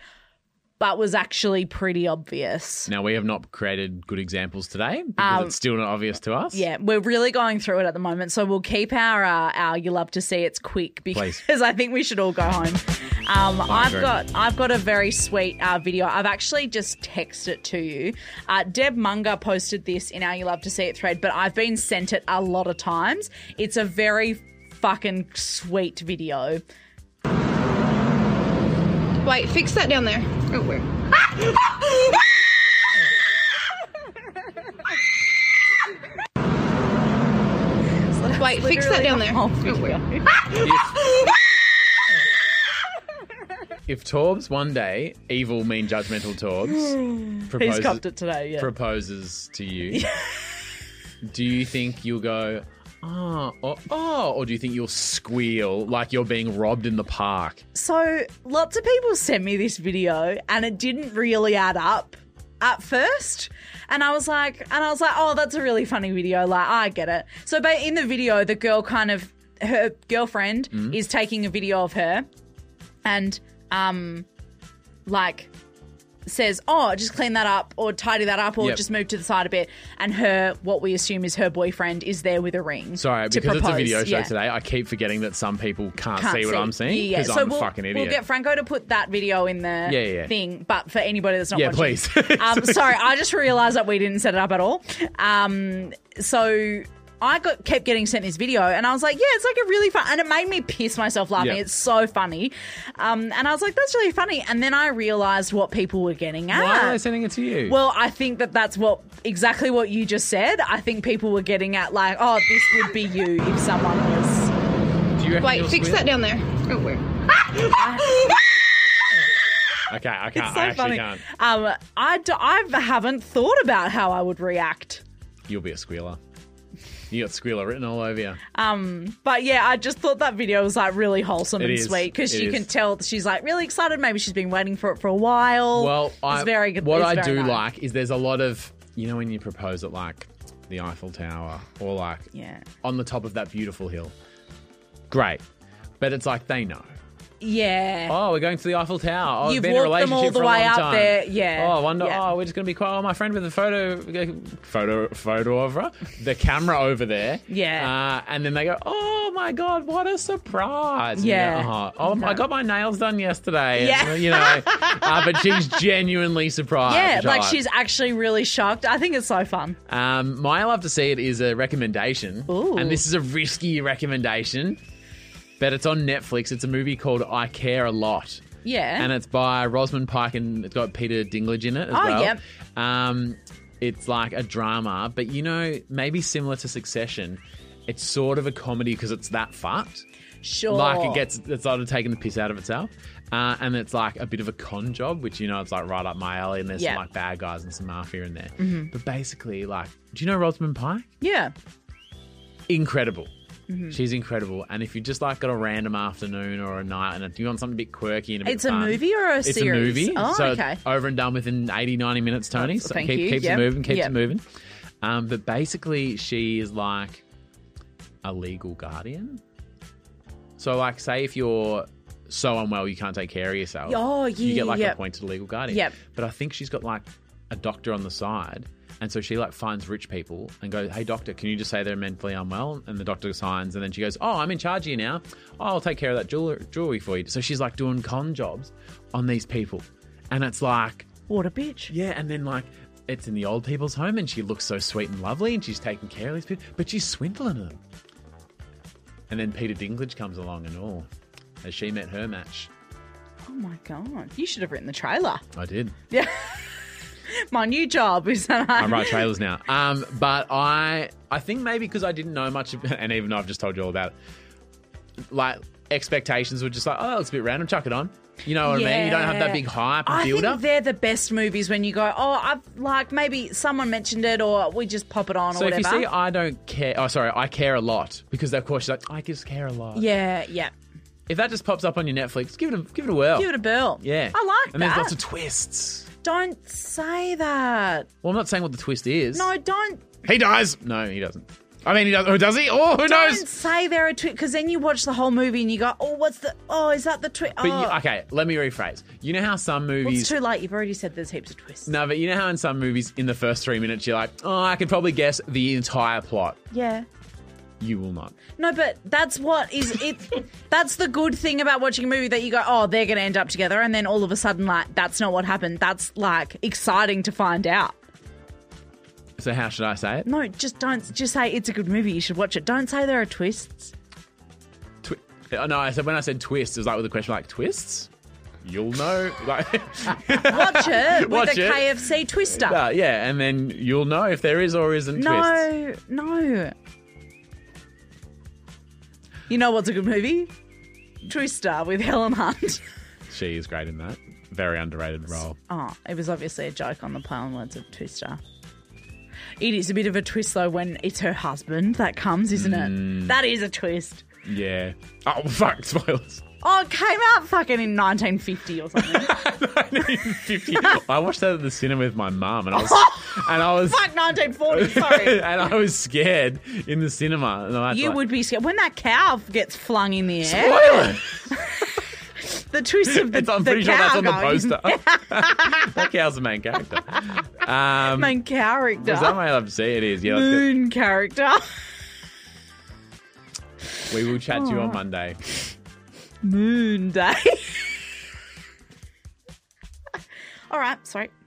B: but was actually pretty obvious.
A: Now we have not created good examples today
B: Um,
A: because it's still not obvious to us.
B: Yeah, we're really going through it at the moment, so we'll keep our uh, our. You love to see it's quick because I think we should all go home. Um, I've
A: agree.
B: got I've got a very sweet uh, video. I've actually just texted it to you. Uh, Deb Munger posted this in our You Love to See It thread, but I've been sent it a lot of times. It's a very fucking sweet video.
I: Wait, fix that down there. Oh, where? Wait, fix that down there.
B: Oh, video.
A: If Torbs one day, evil, mean, judgmental Torbs,
B: He's
A: proposes,
B: copped it today. Yeah.
A: proposes to you, do you think you'll go, oh, or, oh, or do you think you'll squeal like you're being robbed in the park?
B: So lots of people sent me this video and it didn't really add up at first. And I was like, and I was like, oh, that's a really funny video. Like, I get it. So, but in the video, the girl kind of, her girlfriend
A: Mm.
B: is taking a video of her and, um, like, says, oh, just clean that up or tidy that up or
A: Yep.
B: just move to the side a bit. And her, what we assume is her boyfriend, is there with a ring.
A: Sorry,
B: to
A: because it's a
B: propose.
A: video show
B: Yeah
A: today, I keep forgetting that some people can't,
B: can't
A: see what I'm seeing
B: Yeah, yeah.
A: because
B: So
A: I'm
B: we'll,
A: a fucking idiot.
B: We'll get Franco to put that video in the
A: Yeah, yeah.
B: thing, but for anybody that's not
A: Yeah,
B: watching.
A: please.
B: um, sorry, I just realised that we didn't set it up at all. Um, so I got kept getting sent this video, and I was like, "Yeah, it's like a really fun," and it made me piss myself laughing.
A: Yeah.
B: It's so funny, um, and I was like, "That's really funny." And then I realized what people were getting at.
A: Why are they sending it to you?
B: Ah. Well, I think that that's what exactly what you just said. I think people were getting at like, "Oh, this would be you if someone was."
A: Do you reckon
I: Wait,
A: you'll
I: fix
A: squeal?
I: that down there. Oh, where?
A: Okay, I can't.
B: It's so
A: I actually
B: funny.
A: can't.
B: Um, I, d- I haven't thought about how I would react.
A: You'll be a squealer. You got squealer written all over you.
B: Um, but yeah, I just thought that video was like really wholesome
A: It
B: and
A: is.
B: sweet because
A: It
B: you
A: is.
B: can tell that she's like really excited. Maybe she's been waiting for it for a while.
A: Well, I,
B: it's very good.
A: what
B: it's
A: I do
B: very nice.
A: like is there's a lot of you know when you propose at like the Eiffel Tower or like
B: Yeah.
A: on the top of that beautiful hill. Great, but it's like they know.
B: yeah.
A: Oh, we're going to the Eiffel Tower. Oh,
B: You've
A: been in a
B: walked them
A: relationship
B: all the
A: for a
B: way
A: long
B: up
A: time.
B: there. Yeah.
A: Oh, I wonder.
B: Yeah.
A: Oh, we're just going to be quiet. Oh, my friend with the photo, photo, photo of her, the camera over there.
B: Yeah.
A: Uh, and then they go, oh my god, what a surprise. And you
B: Yeah.
A: go, "Oh, oh, I got my nails done yesterday.
B: Yeah.
A: And, you know, uh, but she's genuinely surprised.
B: yeah,
A: which I
B: like she's actually really shocked. I think it's so fun.
A: um, my love to see it is a recommendation, and this is a risky recommendation, but it's on Netflix. It's a movie called I Care a Lot.
B: Yeah.
A: and it's by Rosamund Pike, and it's got Peter Dinklage in it as
B: Oh,
A: well.
B: yep.
A: Um, it's like a drama, but you know, maybe similar to Succession, it's sort of a comedy because it's that fucked.
B: Sure.
A: Like it gets, it's sort of taking the piss out of itself. Uh, and it's like a bit of a con job, which, you know, it's like right up my alley and there's
B: Yeah.
A: some like bad guys and some mafia in there.
B: Mhm.
A: But basically, like, do you know Rosamund Pike?
B: Yeah.
A: Incredible.
B: Mhm.
A: She's incredible. And if you just like got a random afternoon or a night and if you want something a bit quirky and a bit
B: It's a
A: fun,
B: movie or a
A: it's
B: series?
A: a movie.
B: Oh,
A: so
B: okay.
A: it's over and done within 80, 90 minutes, Tony. So
B: thank
A: keep,
B: you.
A: keeps
B: Yep.
A: it moving, keeps
B: Yep.
A: it moving. Um, but basically, she is like a legal guardian. So, like, say if you're so unwell you can't take care of yourself,
B: Oh,
A: you
B: yeah,
A: get like
B: yep.
A: appointed a legal guardian.
B: Yep.
A: But I think she's got like a doctor on the side. And so she like finds rich people and goes, "Hey doctor, can you just say they're mentally unwell?" And the doctor signs, and then she goes, "Oh, I'm in charge here now. Oh, I'll take care of that jewelry, jewelry for you." So she's like doing con jobs on these people, and it's like,
B: what a bitch.
A: Yeah, and then like it's in the old people's home, and she looks so sweet and lovely, and she's taking care of these people, but she's swindling them. And then Peter Dinklage comes along and all, as she met her match.
B: Oh my god, you should have written the trailer.
A: I did.
B: Yeah. my new job is that
A: I write trailers now. Um, but I I think maybe because I didn't know much, about, and even though I've just told you all about it, like expectations were just like, oh, it's a bit random, chuck it on. You know what I mean? You don't have that
B: Yeah.
A: big hype and
B: I
A: build
B: think
A: up.
B: they're the best movies when you go, oh, I've like maybe someone mentioned it or we just pop it on
A: So
B: or
A: if
B: whatever.
A: you see, I don't care. Oh, sorry, I care a lot because of course she's like, I just care a lot.
B: yeah, yeah.
A: If that just pops up on your Netflix, give it a give it a whirl.
B: Give it a bill.
A: Yeah.
B: I like
A: And
B: that.
A: there's lots of twists.
B: Don't say that.
A: Well, I'm not saying what the twist is.
B: No, don't
A: He dies. No, he doesn't. I mean, he does. Oh, does he? Oh, who
B: don't
A: knows?
B: say there are twist because then you watch the whole movie and you go, oh, what's the? Oh, is that the twist? Oh,
A: But you, okay, let me rephrase. You know how some
B: well,
A: movies
B: it's too late. You've already said there's heaps of twists.
A: No, but you know how in some movies, in the first three minutes, you're like, oh, I could probably guess the entire plot.
B: Yeah.
A: You will not.
B: No, but that's what is it. that's the good thing about watching a movie that you go, oh, they're going to end up together, and then all of a sudden, like, that's not what happened. That's like exciting to find out.
A: So how should I say it?
B: No, just don't. Just say it's a good movie. You should watch it. Don't say there are twists.
A: Twi- Uh, no, I said when I said twist, it was like with a question like twists. You'll know, like
B: Watch it with
A: Watch
B: a
A: it.
B: KFC twister.
A: Uh, yeah, and then you'll know if there is or isn't twist.
B: no, no. You know what's a good movie? Twister with Helen Hunt.
A: She is great in that. Very underrated role.
B: Oh, it was obviously a joke on the play on words of Twister. It is a bit of a twist though when it's her husband that comes, isn't it?
A: Mm.
B: That is a twist.
A: Yeah. Oh fuck! Spoilers.
B: Oh, it came out fucking in 1950 or something.
A: Fifty. I watched that at the cinema with my mum, and I was, and I was,
B: Fuck 1940. Sorry.
A: and I was scared in the cinema. And I was
B: you
A: like,
B: would be scared when that cow gets flung in the air.
A: Spoiler!
B: the twist of the,
A: It's- I'm
B: the
A: pretty sure
B: cow
A: that's on the
B: going-
A: poster. that cow's the main character. Um,
B: Main character.
A: Is that my love to see? It is. Yeah. that's good.
B: Moon character.
A: We will chat to you on
B: Alright.
A: Monday.
B: Moon day. All right, sorry.